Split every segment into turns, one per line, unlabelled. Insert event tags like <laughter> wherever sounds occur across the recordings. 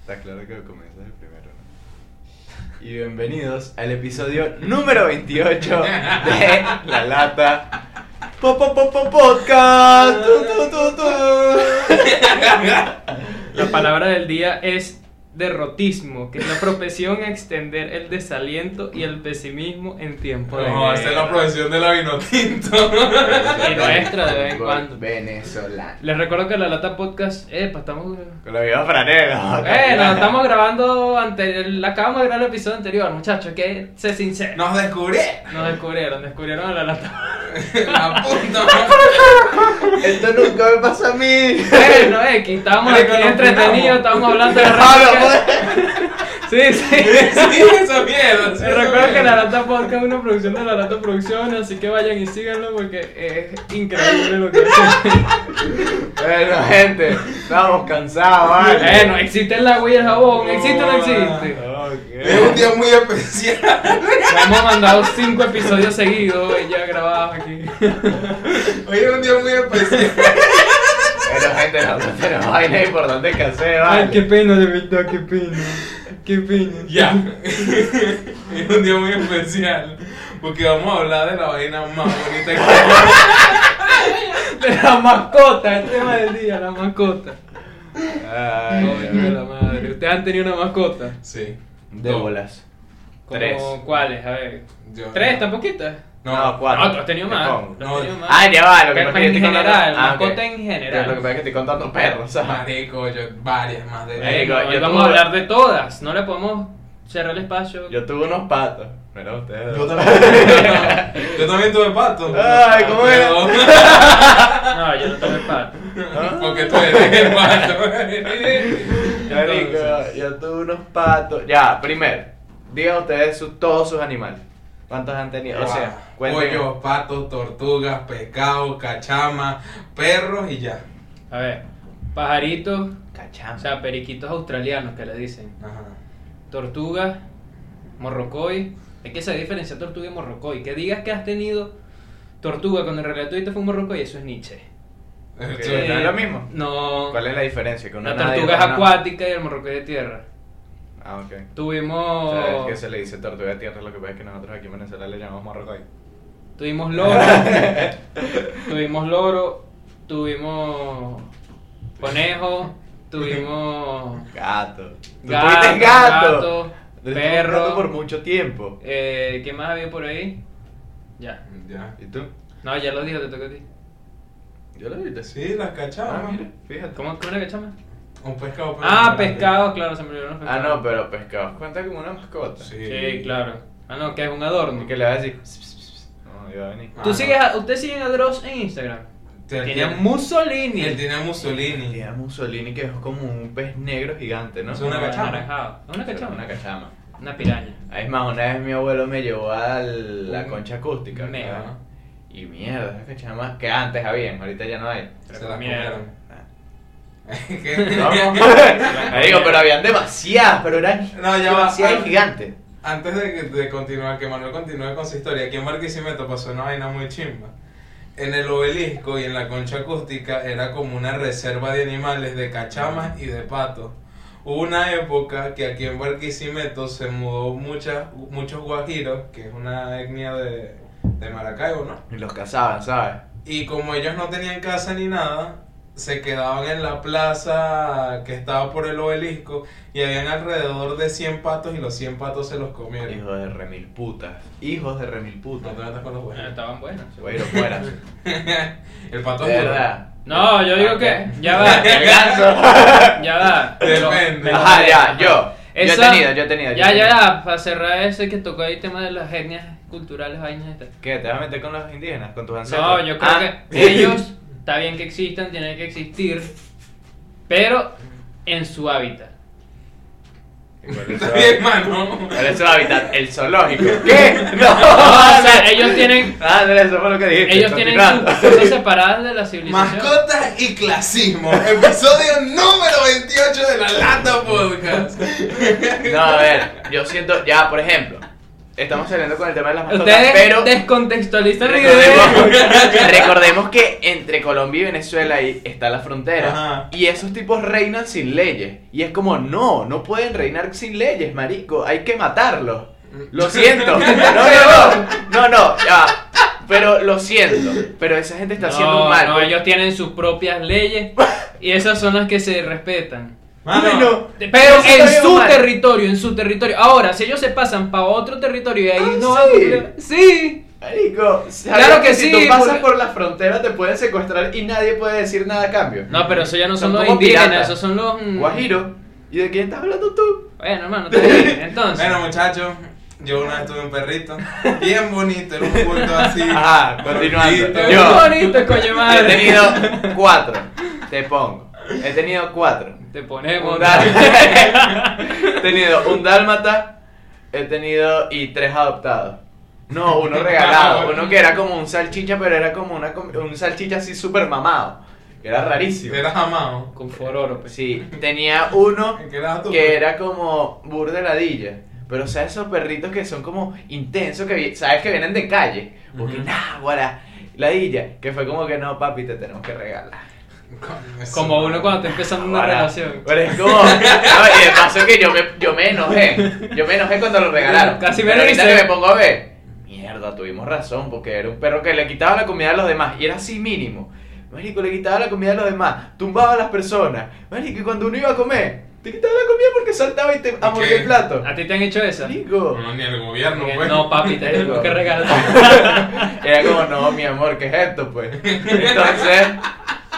Está claro que comienza el primero, ¿no? Y bienvenidos al episodio número 28 de La Lata Po- po- po- po- Podcast. Tu, tu, tu, tu.
La palabra del día es derrotismo, que es la profesión a extender el desaliento y el pesimismo en tiempo de
No, esta es la
guerra.
profesión de la vino tinto.
Y nuestra de vez en
Fútbol
cuando.
Venezolano.
Les recuerdo que la lata podcast, epa, estamos
Con la vida franela.
eh, la estamos grabando ante la acabamos de grabar el episodio anterior, muchachos, que se sincero.
<laughs> Nos descubrí.
Nos descubrieron, descubrieron a la
<laughs>
lata.
La puta.
Esto nunca me pasa a mí.
Bueno, eh, que estábamos
Pero que
aquí
nos fundamos.
entretenidos, estábamos
<laughs>
hablando de
Pablo,
la
pues.
Sí, sí.
Sí, esa mierda. sí,
Les
esa
recuerdo que La
mierda.
Lata Podcast es una producción de La Lata Producciones, así que vayan y síganlo porque es increíble lo que
<laughs>
hacen.
Bueno, gente, estamos cansados, ¿vale?
bueno, eh, existe el agua y el jabón, existe o no existe.
Es un día muy especial.
Ya hemos mandado cinco episodios seguidos y ya grabados aquí.
Hoy es un día muy especial.
Pero gente, nosotros tenemos vainas importantes que hacer, ¿vale?
Ay, qué pena, de verdad, qué pena. Qué pena.
Ya. <laughs>
<laughs>
Es un día muy especial. Porque vamos a hablar de la vaina más bonita que
De la mascota, el tema del día, la mascota.
Ay,
Coño de la madre. ¿Ustedes han tenido una mascota?
Sí.
De
Dos.
bolas.
¿Como
Tres.
¿Cuáles? A ver.
Yo-
¿Tres? ¿Tan poquitas?
Ah,
No,
No, tú has tenido
Te
más.
pongo.
tú has tenido
No.
más.
Ay, Ah, ya va, lo que
Pero
pasa es que
en
estoy contando-
general,
Ah, ok.
mascota en general.
Lo que pasa es que estoy contando perros, ¿sabes?
Marico, yo varias más de
Ey.
diez.
Marico,
Hoy
yo
vamos a
tuve-
hablar de todas, no le podemos cerrar el espacio. <laughs>
Yo tuve unos patos. Pero ustedes.
Yo
<laughs>
también. Yo también tuve pato.
Ay, ¿cómo era?
Pero- <laughs>
No, yo no tomé pato.
Porque tú eres el pato.
Marico,
Entonces,
yo tuve unos patos. Ya, primero. Digan ustedes sus- todos sus animales. ¿Cuántos han tenido? O sea, cuenten.
pollos, patos, tortugas, pescados, cachamas, perros y ya.
A ver, pajaritos, o
Cachamba.
sea, periquitos australianos que le dicen.
Ajá.
Tortugas, morrocoy. Es que se diferencia tortuga y morrocoy. Que digas que has tenido tortuga cuando en realidad tuviste fue un morrocoy, eso es Nietzsche.
Ok.
Sí.
Eh, ¿no es lo mismo?
No.
¿Cuál es la diferencia? Que uno
La
nada y
tortuga es
otro no.
acuática y el morrocoy de tierra.
Ah, ok.
Tuvimos.
¿Sabes que se le dice tortuga de tierra? Lo que pasa es que nosotros aquí en Venezuela le llamamos morrocoy.
Tuvimos loro. tuvimos loro. Tuvimos conejo. Tuvimos
Gato. ¿Tú
gato.
tuviste gato?
gato,
Tú tuviste gato
perro.
por mucho tiempo.
Eh, ¿Qué más había por ahí? Ya.
Ya.
¿Y tú?
No, ya lo dijo, te toca a ti.
Yo lo vi. Sí.
Sí, las cachamas.
Ah, mira, fíjate.
¿Cómo, cómo era que chama?
Un pescado. pero
Ah,
grande.
pescado, claro, se me olvidó. los
Ah,
pescados.
no, pero pescado. Cuenta como una mascota.
Sí.
Sí, claro. Ah, no, que es un adorno.
¿Y que le va a decir? "Ps, ps, ps". No, iba a venir.
Ah,
¿Tú
no.
sigues a, ¿Ustedes siguen a Dross en Instagram?
Él
Tiene a
Mussolini. Él
Mussolini.
tiene a Mussolini.
Tenía Mussolini que es como un pez negro gigante, ¿no?
Es una cachama.
Anaranjado. Es una cachama.
Una cachama.
Una piraña.
Ah, Es más, una vez mi abuelo me llevó a la
Un
concha acústica.
mega.
claro. Y mierda, esas cachamas que antes habían, ahorita ya
<laughs>
no hay.
Se las
Mierda.
comieron.
Ah.
<laughs> ¿Qué?
Vamos. Me <laughs> digo, pero habían demasiadas, pero eran
No, ya va.
demasiadas
Ah.
gigantes.
Antes de, que- de continuar, que Manuel continúe con su historia, aquí en Barquisimeto pasó una vaina muy chimba. En el obelisco y en la concha acústica era como una reserva de animales, de cachamas y de patos. Hubo una época que aquí en Barquisimeto se mudó muchas, muchos guajiros, que es una etnia de, de Maracaibo, ¿no?
Y los cazaban, ¿sabes?
Y como ellos no tenían casa ni nada, se quedaban en la plaza que estaba por el obelisco y habían alrededor de 100 patos y los 100 patos se los comieron.
Hijos de remil putas. Hijos de remil
No
putas.
te metas con los
Bueno,
huevos.
estaban buenas.
Güeyro fuera.
<laughs> El pato
De
es duro.
verdad.
No, yo digo que. Ya va.
El ganso.
Ya va.
Depende.
Me
<laughs>
lo-
Ajá, ya, yo. Yo
Esa-
he tenido, yo he tenido. yo he
Ya,
tenido.
ya, ya. Para cerrar ese que tocó ahí el tema de las etnias culturales, vainas y tal.
¿Qué? ¿Te vas a meter con los indígenas? ¿Con tus ancestros?
No, yo creo
Ah. <laughs>
que <laughs> ellos está bien que existan, tienen que existir, pero en su hábitat.
¿Y cuál es su
Está <laughs> bien,
hábitat?
mano.
¿Cuál es su hábitat? El
<laughs>
zoológico. ¿Qué? <laughs> No,
o sea, ellos tienen-
Ah, no, eso fue lo que dijiste.
Ellos tienen sus
continuando.
cosas separadas de la civilización.
Mascotas y clasismo. Episodio número 28 de la Lata Podcast.
<laughs> No, a ver, yo siento, ya, por ejemplo, estamos saliendo con el tema de las mascotas,
Ustedes
pero
descontextualizan el video.
recordemos, recordemos que entre Colombia y Venezuela ahí está la frontera.
Ajá.
Y esos tipos reinan sin leyes. Y es como, no, no pueden reinar sin leyes, marico. Hay que matarlos.
<laughs>
Lo siento. No, no, no. No, no, ya. va. Pero lo siento. Pero esa gente está haciendo
No,
un mal. pues.
no, ellos tienen sus propias
<laughs>
leyes y esas son las que se respetan.
Mano,
Bueno,
Pero
eso
en
está
su
bien mal.
territorio, en su territorio. Ahora, si ellos se pasan para otro territorio y ahí
Ah,
no
sí.
hay problema. Sí.
Marico, ¿sabes
Claro que sí,
Si tú pasas
porque-
por la frontera, te pueden secuestrar y nadie puede decir nada a cambio.
No, pero eso ya no son,
Son
los
como
indígenas,
piratas.
esos son los. mm,
Guajiro. ¿Y de quién estás hablando tú?
Bueno, hermano,
<laughs>
está bien. Entonces.
Bueno, muchachos, yo una vez tuve un perrito bien bonito, era un bulto
<laughs>
así.
Ajá, Ah, continuando.
gordito.
Qué
Yo.
bonito, coño
He
madre.
tenido cuatro. Te pongo. He tenido cuatro.
Te
Un
<laughs>
ponemos.
dál- he tenido un dálmata, he tenido y tres adoptados. No, uno regalado, uno que era como un salchicha, pero era como una com- un salchicha así súper mamado. que Era rarísimo.
Eras amado.
Con fororo, pues.
Sí, tenía uno
¿Qué eras tú?
que era como burdeladilla. Pero, ¿sabes esos perritos que son como intensos, que vi- sabes que vienen de calle? Porque,
Ujú.
nah, guara, ladilla. Que fue como que, no, papi, te tenemos que regalar.
Coño, eso.
Como uno cuando está empezando una
Ahora,
relación.
Pero es como. no, y de paso que yo me, yo me enojé. Yo me enojé cuando lo regalaron.
Casi me
Pero
lo
ahorita
hice.
que me pongo a ver. Mierda, tuvimos razón. Porque era un perro que le quitaba la comida a los demás. Y era así mínimo. Marico, le quitaba la comida a los demás. Tumbaba a las personas. Marico, y cuando uno iba a comer, te quitaba la comida porque saltaba y te amordía el plato.
¿A ti te han hecho esa?
Marico.
No, ni el gobierno,
Que
pues.
Eh, No, papi, te tenemos que
<laughs>
regalar.
Era como, no, mi amor, ¿qué es esto, pues? Entonces.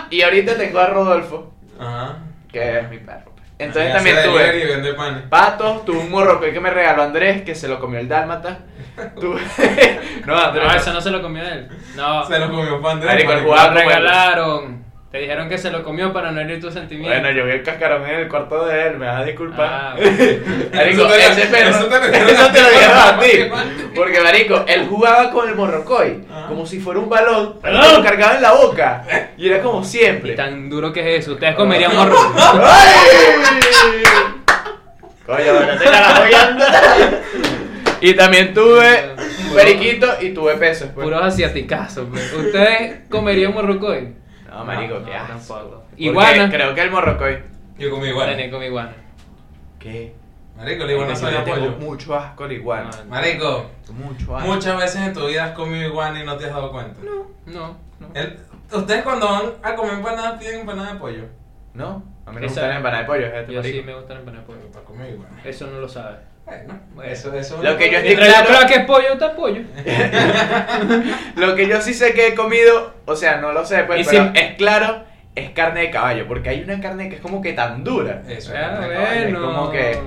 Y ahorita tengo a Rodolfo,
Ajá.
que es mi perro. pues.
Hace
Entonces también tuve.
delivery Y vende panes.
Patos, tuve un morrocoy que me regaló Andrés, que se lo comió el dálmata. Tuve... <laughs> no, Andrés.
No, eso no se lo comió él. No,
Se lo comió pan de
Marico, el
pan.
jugador.
lo regalaron. Te dijeron que se lo comió para no herir tus sentimientos.
Bueno, yo vi el cascarón en el cuarto de él, me vas a disculpar. <laughs>
Ah, bueno.
Marico,
Eso te lo-
ese perro.
eso
<laughs> Eso
te
te
lo dijeron
lo
a ti,
dijeron a
papá, qué
ti.
mal.
Porque, Marico, él jugaba con el morrocoy,
Ah.
como si fuera un balón, pero
Perdón.
lo cargaba en la boca. Y era como
Y
siempre.
tan duro que es eso. Ustedes comerían morro.
<laughs> ¡Ay! Coño, bueno, te la apoyando. Y también tuve un periquito y tuve pesos. pues.
Puros asiaticazos, pues. ¿Ustedes comerían morrocoy?
No, marico,
No,
qué asco.
tampoco.
Porque
Iguana.
Creo que el morrocoy.
Yo comí
Tené
igual.
con iguana.
¿Qué?
Marico, le digo, no
Yo
soy
le tengo
apoyo.
mucho asco al iguana.
Marico,
Mucho asco.
muchas veces en tu vida has comido iguana y no te has dado cuenta.
No, no.
El- ustedes cuando van a comer empanadas piden empanada de pollo.
No, a mí no me
Esa-
gusta la empanada de pollo. es este
Yo sí
marico.
me gusta la empanada de pollo.
Bueno, para comer iguana.
Eso no lo sabes.
Bueno,
Bueno.
eso, eso.
Lo que yo estoy-
Mientras la
claro.
prueba que es pollo, está pollo.
Lo que yo sí sé que he comido, o sea, no lo sé, pues,
Y
pero
si-
es claro, es carne de caballo. Porque hay una carne que es como que tan dura.
Eso.
Ah,
es
es
bueno. Este
como que-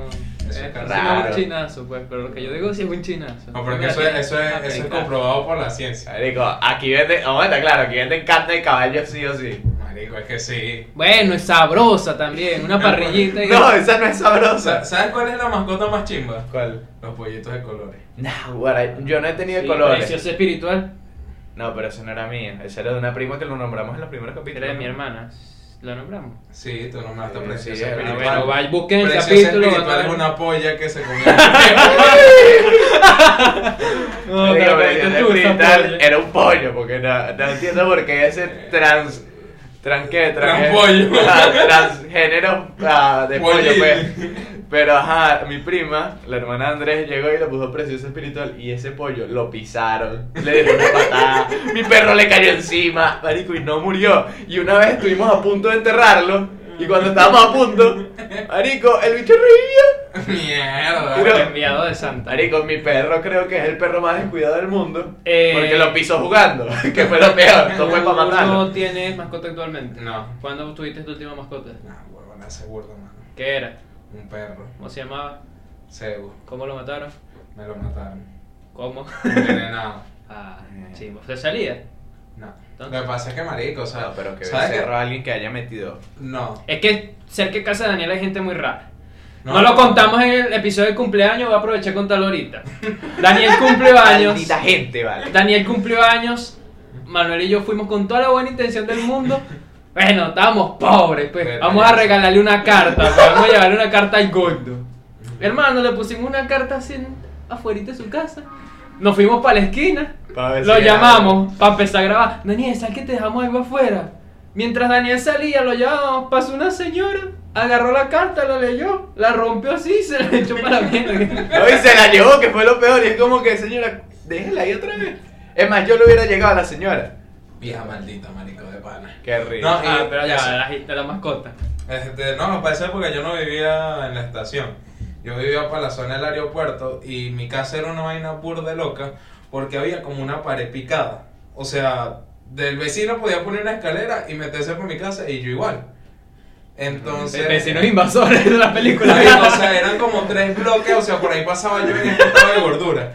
Es
Eso es
raro.
un chinazo, pues. Pero lo que yo digo sí es un chinazo.
No, porque eso, es- eso, es,
Americano.
eso es comprobado por la ciencia.
Marico, aquí venden, vamos a estar claro, aquí venden carne de caballo sí o sí.
Marico, es que sí.
Bueno, es sabrosa también. Una parrillita. y-
No, esa no es
Sa-
sabrosa.
¿Sabes cuál es la mascota más chimba?
¿Cuál?
Los pollitos de colores.
Nah, guara, yo no he tenido
Sí,
colores.
Preciosa espiritual.
No, pero eso no era mía. Esa era de una prima que lo nombramos en los primeros capítulos.
Era de mi hermana. ¿La nombramos?
Sí, tú nombraste
Sí,
preciosa
sí, era
Ah,
espiritual.
bueno, va, busquen el
Preciosa
capítulo.
espiritual
van a
es
ver.
una polla que se
<laughs>
comió.
Digo,
No, pero
pero
ahorita
yo
tú,
de
esa
frital
polla.
era un pollo, porque no, no entiendo por qué ese trans. Trans qué, trans.
Transpollo.
<laughs> Ah, transgénero ah, de pollo,
Pollín.
pues. Pero ajá, mi prima, la hermana de Andrés, llegó y lo puso precioso espiritual. Y ese pollo lo pisaron, le dieron una <laughs> patada. mi perro le cayó encima, marico, y no murió. Y una vez estuvimos a punto de enterrarlo. Y cuando estábamos a punto, marico, el bicho revivió.
<laughs> Mierda.
Pero-
El enviado de Santa.
Marico, mi perro creo que es el perro más descuidado del mundo.
Eh.
Porque lo pisó jugando, <laughs> que fue lo peor. No fue para
¿Tú no
matarlo.
tienes mascota actualmente?
No.
¿Cuándo tuviste tu última mascota?
No, huevona, se burda, mano.
¿Qué era?
Un perro.
¿Cómo se llamaba?
Segu.
¿Cómo lo mataron?
Me lo mataron.
¿Cómo? <laughs>
Envenenado. <laughs>
Ah,
Eh.
chingo. ¿Se salía?
No. Lo
Entonces-
que pasa es que marico, o sea.
No, pero que
¿sabes
becerro
qué?
a alguien que haya metido.
No.
Es que cerca de casa de Daniel hay gente muy rara. No, lo contamos en el episodio de cumpleaños, voy a aprovechar y
<laughs>
contarlo ahorita. Daniel cumplió años.
Maldita gente, vale.
Daniel cumplió años. Manuel y yo fuimos con toda la buena intención del mundo. Bueno, estábamos pobres, pues.
Pero
Vamos
ya sé.
a regalarle una carta. pues, Vamos a llevarle una carta al gordo. Hermano, le pusimos una carta así afuera de su casa. Nos fuimos para la esquina.
Pa' ver
Lo
si era-
llamamos para empezar a grabar. Daniel, ¿sabes que te dejamos algo afuera? Mientras Daniel salía, lo llamamos. Pasó una señora, agarró la carta, la leyó, la rompió así y se la echó para la
<laughs>
mierda.
No, y se la llevó, que fue lo peor. Y es como que, señora, déjela ahí otra vez. Es más, yo le hubiera llegado a la señora.
Vieja maldita, marico de pana.
Qué rico.
No,
Ah,
y-
pero ya,
eso.
la, la mascota.
Este, no, para esa época yo no vivía en la estación. Yo vivía para la zona del aeropuerto y mi casa era una vaina burda de loca porque había como una pared picada. O sea, del vecino podía poner una escalera y meterse por mi casa y yo igual. Entonces... <laughs>
Vecinos invasores de la película.
O sea, eran como tres bloques, o sea, por ahí pasaba yo en estado de gordura.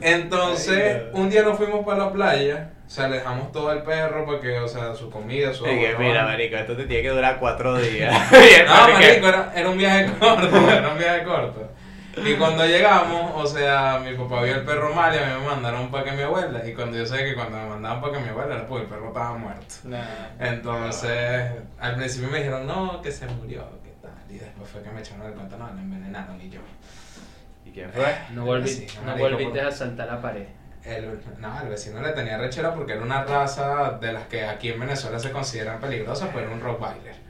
Entonces, un día nos fuimos para la playa, o sea, le dejamos todo al perro para que, o sea, su comida, su
Y que,
Oh,
agua,
mira,
¿no?
marico, esto te tiene que durar cuatro días. <laughs> Y el
No,
marico,
marico, era, era un viaje <laughs> corto, era un viaje corto. Y cuando llegamos, o sea, mi papá vio el perro mal y a mí me mandaron para que mi abuela. Y cuando yo sé que cuando me mandaban para que mi abuela era porque el perro estaba muerto. Entonces, al principio me dijeron, no, que se murió, que tal. Y después fue que me echaron el cuento, no, lo envenenaron y yo.
¿Y quién fue?
No, volvi-
Sí,
no
marico,
volviste
por-
a saltar la pared.
El, no, el vecino le tenía rechera porque era una raza de las que aquí en Venezuela se consideran peligrosas, pero era un rottweiler.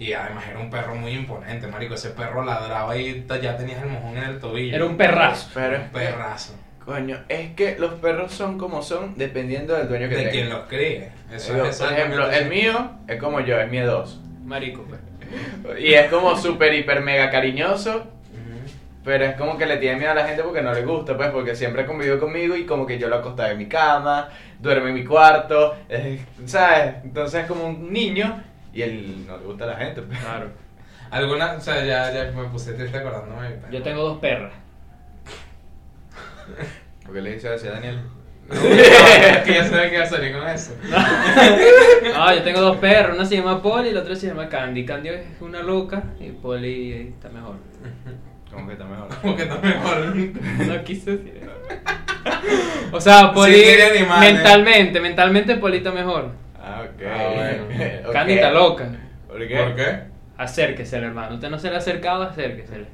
Y además era un perro muy imponente, marico. Ese perro ladraba y t- ya tenías el mojón en el tobillo.
Era un perrazo.
Pero,
Un perrazo.
coño, es que los perros son como son dependiendo del dueño que
De
tenga.
quien los críe. Eso
Digo,
es
por ejemplo,
exactamente
el mío es como yo, es miedoso.
Marico, pues.
Y es como súper, hiper, mega cariñoso.
así.
Pero es como que le tiene miedo a la gente porque no le gusta, pues, porque siempre convivió conmigo y como que yo lo acostaba en mi cama, duerme en mi cuarto, eh, ¿sabes? Entonces es como un niño y él no le gusta a la gente. pues.
Claro.
Ujú. Alguna, o sea, ya, ya me puse triste acordándome de mi perro.
Yo tengo dos <laughs> perras.
Porque le dice así a Daniel.
No, no, es que ya sabía que iba a salir con eso.
No, yo tengo dos perros. Una se llama Polly y la otra se llama Candy. Candy es una loca y Polly eh, está mejor.
Como que está mejor.
Como que está mejor.
No quise decir eso. <laughs> O sea, Polly.
Sí, tiene animales.
mentalmente, mentalmente Polly está mejor.
Ah, ok.
Ah, bueno.
<laughs> Ok.
Candy está loca.
¿Por qué?
¿Por qué?
Acérquesele, hermano. Usted no se le ha acercado, acérquesele.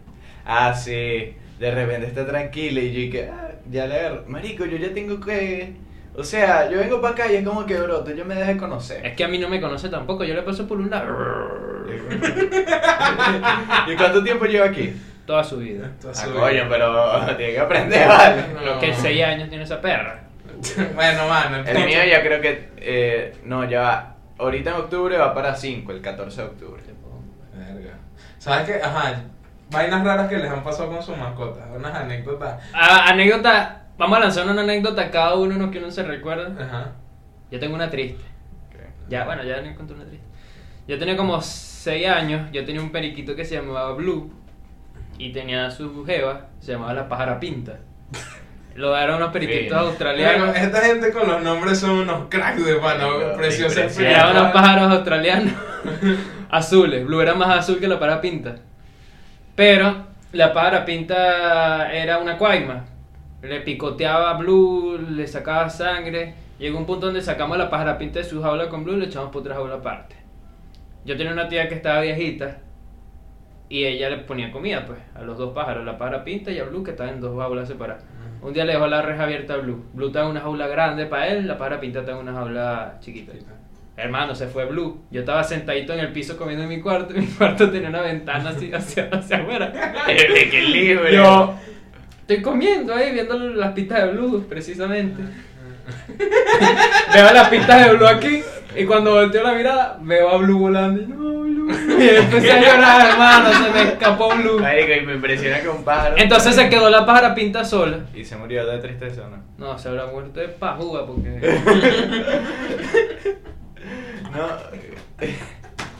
Ah, sí. De repente está tranquila y yo y que, ah, ya le agarro. Marico, yo ya tengo que. O sea, yo vengo para acá y es como que, bro, tú yo me dejes conocer.
Es que a mí no me conoce tampoco. Yo le paso por un lado.
¿Y cuánto tiempo llevo aquí?
Toda su vida.
Entonces,
Ah, coño, pero <laughs> tiene que aprender, vale.
No.
Que seis años tiene esa perra.
Bueno, mano.
El mío ya creo que. eh, no, ya va. Ahorita en octubre va para 5, el 14 de octubre.
Verga. ¿Sabes qué? Ajá. Vainas raras que les han pasado con sus mascotas. Unas anécdotas.
Ah, anécdota. Vamos a lanzar una anécdota cada uno, no que uno se recuerda.
Ajá.
Yo tengo una triste. Ya, bueno, ya no conté una triste. Yo tenía como 6 años, yo tenía un periquito que se llamaba Blue y tenía su jeva, se llamaba la pájara pinta. Lo eran unos periquitos
Bien.
Bueno,
australianos.
esta gente con los nombres son unos cracks de pana.
Marico,
Preciosos.
impresionante.
Eran unos pájaros australianos <laughs> azules. Blue era más azul que la pájara pinta. Pero la pájara pinta era una cuaima. Le picoteaba a Blue, le sacaba sangre. Llegó un punto donde sacamos la pájara pinta de su jaula con Blue y le echamos por otra jaula aparte. Yo tenía una tía que estaba viejita y ella le ponía comida pues a los dos pájaros, la pájara pinta y a Blue que estaban en dos jaulas separadas. Un día le dejó la reja abierta a Blue. Blue estaba en una jaula grande para él, la pájara pinta estaba en una jaula chiquita. Hermano, se fue Blue. Yo estaba sentadito en el piso comiendo en mi cuarto. <laughs> Mi cuarto tenía una ventana así hacia, hacia afuera.
<laughs> <laughs> ¡Qué libre!
Yo estoy comiendo ahí, viendo las pistas de Blue, precisamente.
<laughs>
Veo las pistas de Blue aquí y cuando volteo la mirada, veo a Blue volando. Y, no, Blue. <laughs> y empecé a llorar, hermano. Se me escapó Blue.
Marico, y me impresiona que un pájaro.
Entonces se quedó la pájara pinta sola.
Y se murió de tristeza, ¿no?
No, se habrá muerto de pajuga porque.
No.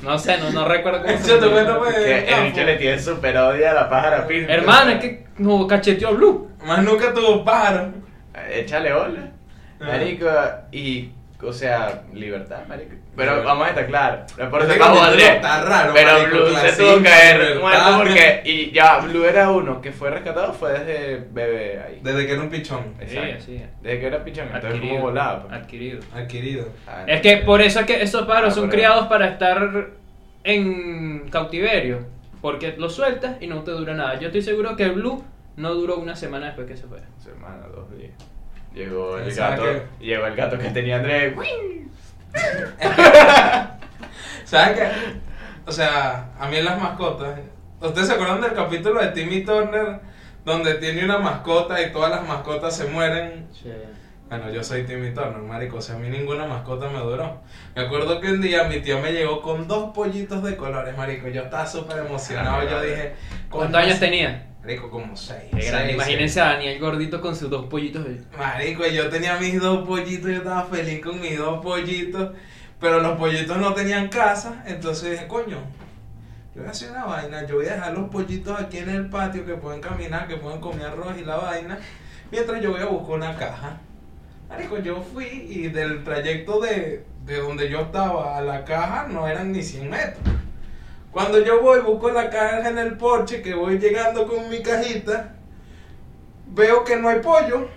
No sé, no, no recuerdo cómo
Yo te
llama.
cuento, pues.
Que el bicho le tiene super odio a la pájara pinta.
eh, Hermano, es que no cacheteó a Blue.
Más nunca tuvo pájaro.
Eh, Échale hola.
Ah.
Marico, y. O sea, libertad, marico. Pero
Libertad.
vamos a estar claros. No es por ser
Marico,
bajo,
Blue
Andrés.
está raro,
Pero
marico,
Blue se
clasismo,
tuvo que haber
libertad.
muerto porque. Y ya, Blue era uno que fue rescatado, fue desde bebé ahí.
Desde que era un pichón.
Exacto.
Sí, así es.
Desde que era pichón, entonces como volado. pues.
Adquirido.
Adquirido.
Ah,
Es que por eso es que esos pájaros
Ah,
son
por ahí.
criados para estar en cautiverio. Porque los sueltas y no te dura nada. Yo estoy seguro que Blue No duró una semana después que se fuera.
Semana, dos días. Llegó el
Pensaba
gato.
que-
Llegó el gato que tenía Andrés.
<laughs> ¿Saben qué? O sea, a mí en las mascotas. ¿Ustedes se acuerdan del capítulo de Timmy Turner? Donde tiene una mascota y todas las mascotas se mueren. Bueno, yo soy Timmy Turner, marico. O sea, a mí ninguna mascota me duró. Me acuerdo que un día mi tío me llegó con dos pollitos de colores, marico. Yo estaba súper emocionado. Yo dije...
¿Cuántos años tenía?
Marico, como seis.
Qué grande.
seis,
Imagínense a Daniel gordito con sus dos pollitos. ahí.
Marico, yo tenía mis dos pollitos, yo estaba feliz con mis dos pollitos, pero los pollitos no tenían casa, entonces dije, coño, yo voy a hacer una vaina, yo voy a dejar los pollitos aquí en el patio que pueden caminar, que pueden comer arroz y la vaina, mientras yo voy a buscar una caja. Marico, yo fui y del trayecto de, de donde yo estaba a la caja no eran ni 100 metros. Cuando yo voy, busco la caja en el porche, que voy llegando con mi cajita, veo que no hay pollo.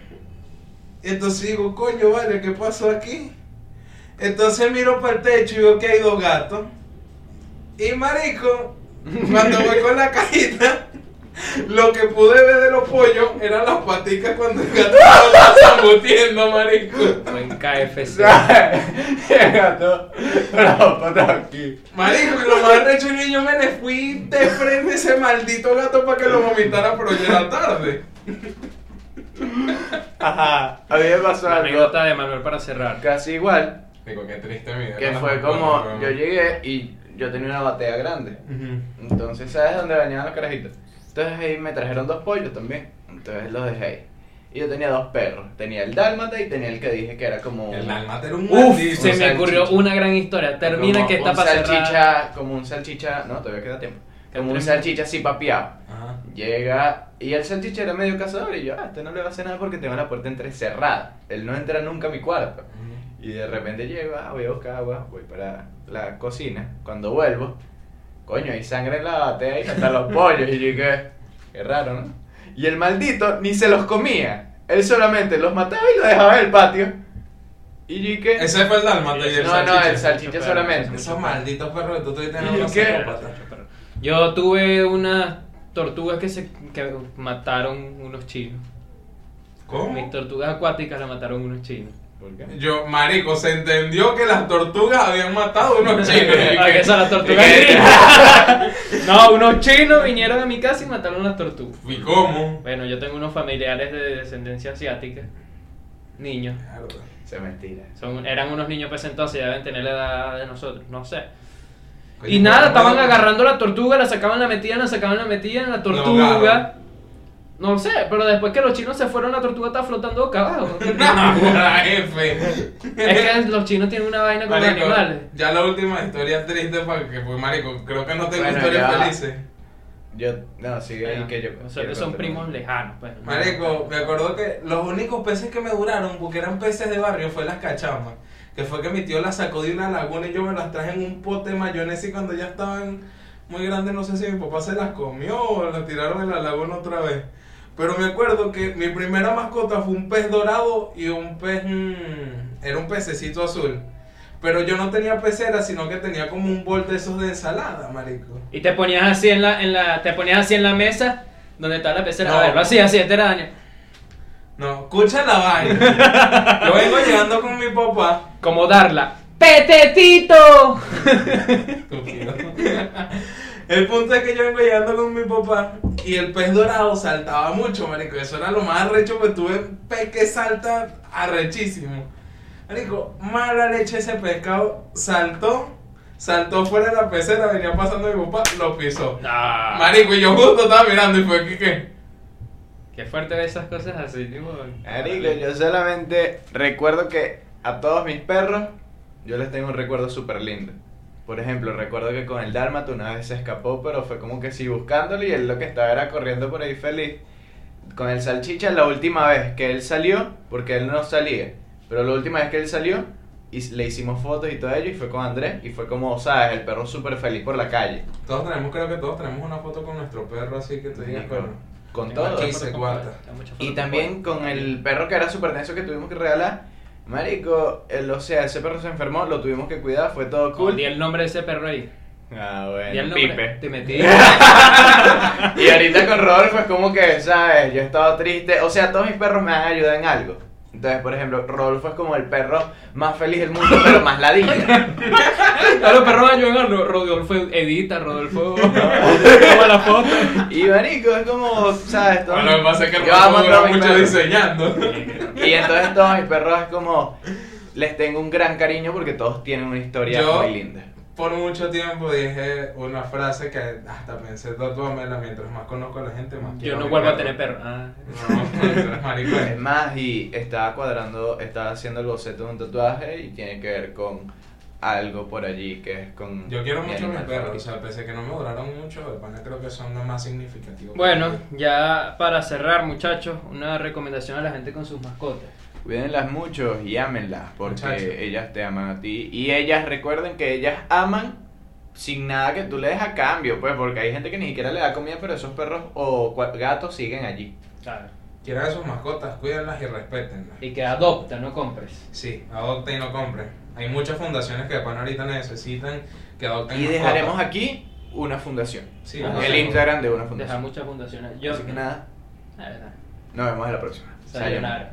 Entonces digo, coño, vale, ¿qué pasó aquí? Entonces miro para el techo y veo que hay dos gatos. Y marico, cuando voy con la cajita, lo que pude ver de los pollos eran las paticas cuando el gato estaba zambutiendo, marico.
O
<laughs>
en KFC.
el gato. <laughs> Bravo, pata aquí.
Marico, y lo más recho es que yo me le fui de frente a ese maldito gato para que lo vomitara, pero ya era tarde.
Ajá. A mí me pasó
La
algo
anécdota de Manuel para cerrar.
casi igual.
Digo, qué triste mi
Que fue como yo llegué y yo tenía una batea grande. Entonces, ¿sabes dónde bañaban los carajitos? Entonces ahí me trajeron dos pollos también. Entonces los dejé ahí. Y yo tenía dos perros. Tenía el dálmata y tenía el que dije que era como.
El alma era un
Uf,
maldito.
se me
salchicha.
ocurrió una gran historia. Termina
como
que está
un
para cerrar.
salchicha, Como un salchicha. No, todavía queda tiempo. Como un
Tres-
salchicha así papiado.
Ajá.
Llega y el salchicha era medio cazador. Y yo, ah, este no le va a hacer nada porque tengo la puerta entrecerrada. Él no entra nunca a mi cuarto.
mm.
Y de repente llego, ah, voy a buscar agua, voy para la cocina. Cuando vuelvo, coño, hay sangre en la batea y hasta los pollos. Y yo dije, qué raro, ¿no? Y el maldito ni se los comía. Él solamente los mataba y los dejaba en el patio. Y yo dije,
Ese fue el dálmata y el
no,
salchicha.
no, el salchicha
Mucho
solamente.
perro,
Esos malditos perros que tú tuviste
¿Y
en una
qué?
psicópata.
Yo tuve unas tortugas que se que mataron unos chinos. Mis
¿Cómo?
tortugas acuáticas las mataron unos chinos.
¿Por qué?
Yo, marico, se entendió que las tortugas habían matado a <laughs>
<laughs>
unos chinos.
Ah, que son las tortugas
¿Qué?
gringas.
<laughs>
No, unos chinos vinieron a mi casa y mataron las tortugas.
¿Y cómo?
Bueno, yo tengo unos familiares de descendencia asiática. Niños.
Mierda.
Se mentira.
Son, eran unos niños pues entonces, ya deben tener la edad de nosotros, no sé.
Coño,
Y nada,
pero
estaban
bueno.
agarrando la tortuga, la sacaban, la metían, la sacaban, la metían, la
ahogaron.
tortuga. No sé, pero después que los chinos se fueron, la tortuga estaba flotando boca
<laughs>
abajo.
<laughs> No,
<laughs>
la F.
es que los chinos tienen una vaina con los
Marico,
animales.
ya la última historia triste para que fue marico. Creo que no tengo
Bueno,
historias
ya.
felices.
Yo, no, sigue ahí que yo. quiero
Nosotros son
contar.
primos lejanos, pues.
Marico, me acuerdo que los únicos peces que me duraron, porque eran peces de barrio, fue las cachamas. Que fue que mi tío las sacó de una laguna y yo me las traje en un pote de mayonesa y cuando ya estaban muy grandes, no sé si mi papá se las comió o las tiraron en la laguna otra vez. Pero me acuerdo que mi primera mascota fue un pez dorado y un pez... mm, era un pececito azul. Pero yo no tenía pecera, sino que tenía como un bol de esos de ensalada, marico.
Y te ponías así en la, en la, te ponías así en la mesa donde está la pecera.
No.
A verlo así, así, este era Daniel.
No, escucha la vaina. Yo vengo llegando con mi papá
Como darla. ¡Petetito!
Estúpido. <laughs> El punto es que yo vengo llegando con mi papá y el pez dorado saltaba mucho, marico. Eso era lo más arrecho que tuve. Pez que salta arrechísimo. Marico, mala leche ese pescado. Saltó, saltó fuera de la pecera, venía pasando mi papá, lo pisó.
Ah,
Marico, y yo justo estaba mirando y fue que qué.
Qué fuerte ver esas cosas así, tipo.
Marico, yo solamente recuerdo que a todos mis perros yo les tengo un recuerdo súper lindo. Por ejemplo, recuerdo que con el Dálmata una vez se escapó, pero fue como que sí buscándolo y él lo que estaba era corriendo por ahí feliz. Con el Salchicha, la última vez que él salió, porque él no salía, pero la última vez que él salió, y le hicimos fotos y todo ello, y fue con Andrés, y fue como, sabes, el perro súper feliz por la calle.
Todos tenemos, creo que todos tenemos una foto con nuestro perro, así que te digas,
Marico,
bueno.
Con
Tengo
todo.
mucha
Aquí
foto
se
con-
guarda.
tengo mucha foto
Y también con el perro que era súper denso que tuvimos que regalar. Marico, el, o sea, ese perro se enfermó, lo tuvimos que cuidar, fue todo
Cool.
cool.
Di el nombre de ese perro ahí.
Ah,
Di el
bueno,
nombre,
Pipe.
Te metí. <laughs>
Y ahorita con Rodolfo es como que, ¿sabes? Yo he estado triste. O sea, todos mis perros me han ayudado en algo. Entonces, por ejemplo, Rodolfo es como el perro más feliz del mundo, pero más ladilla.
Claro, perro van a ayudar, no, Rodolfo edita,
<laughs>
Rodolfo toma la foto.
Y Marico es como, ¿sabes? Todos-
Bueno, lo que pasa es que
yo
Rodolfo
amo a
dura
todos mis
mucho
perros.
diseñando.
Y entonces todos mis perros es como, les tengo un gran cariño porque todos tienen una historia
Yo-
muy linda.
Por mucho tiempo dije una frase que hasta pensé tatuármela mientras más conozco a la gente, más
Yo
quiero
no
mi
vuelvo a tener perro. Ah.
No, tú eres maricón.
Es más, y estaba cuadrando, estaba haciendo el boceto de un tatuaje y tiene que ver con algo por allí que es con.
Yo quiero
mi
mucho a mis
animal
perros, o
favorito.
sea, pese a que no me duraron mucho, de pana creo que son los más significativos.
Bueno, ya para cerrar, muchachos, una recomendación a la gente con sus mascotas.
Cuídenlas mucho y ámenlas porque
Muchacho.
ellas te aman a ti. Y ellas recuerden que ellas aman sin nada que tú le des a cambio, pues, porque hay gente que ni siquiera le da comida, pero esos perros o cua- gatos siguen allí.
Claro.
Quieran a sus mascotas, cuídenlas y respétenlas.
Y que adopta, no compres.
Sí, adopten y no compren. Hay muchas fundaciones que de pana ahorita necesitan que adopten
Y
mascotas.
dejaremos aquí una fundación.
Sí,
Ajá.
el Instagram de una
Deja
fundación.
muchas fundaciones. Yo,
Así que nada,
La verdad.
nos vemos en la próxima.
Sayonara.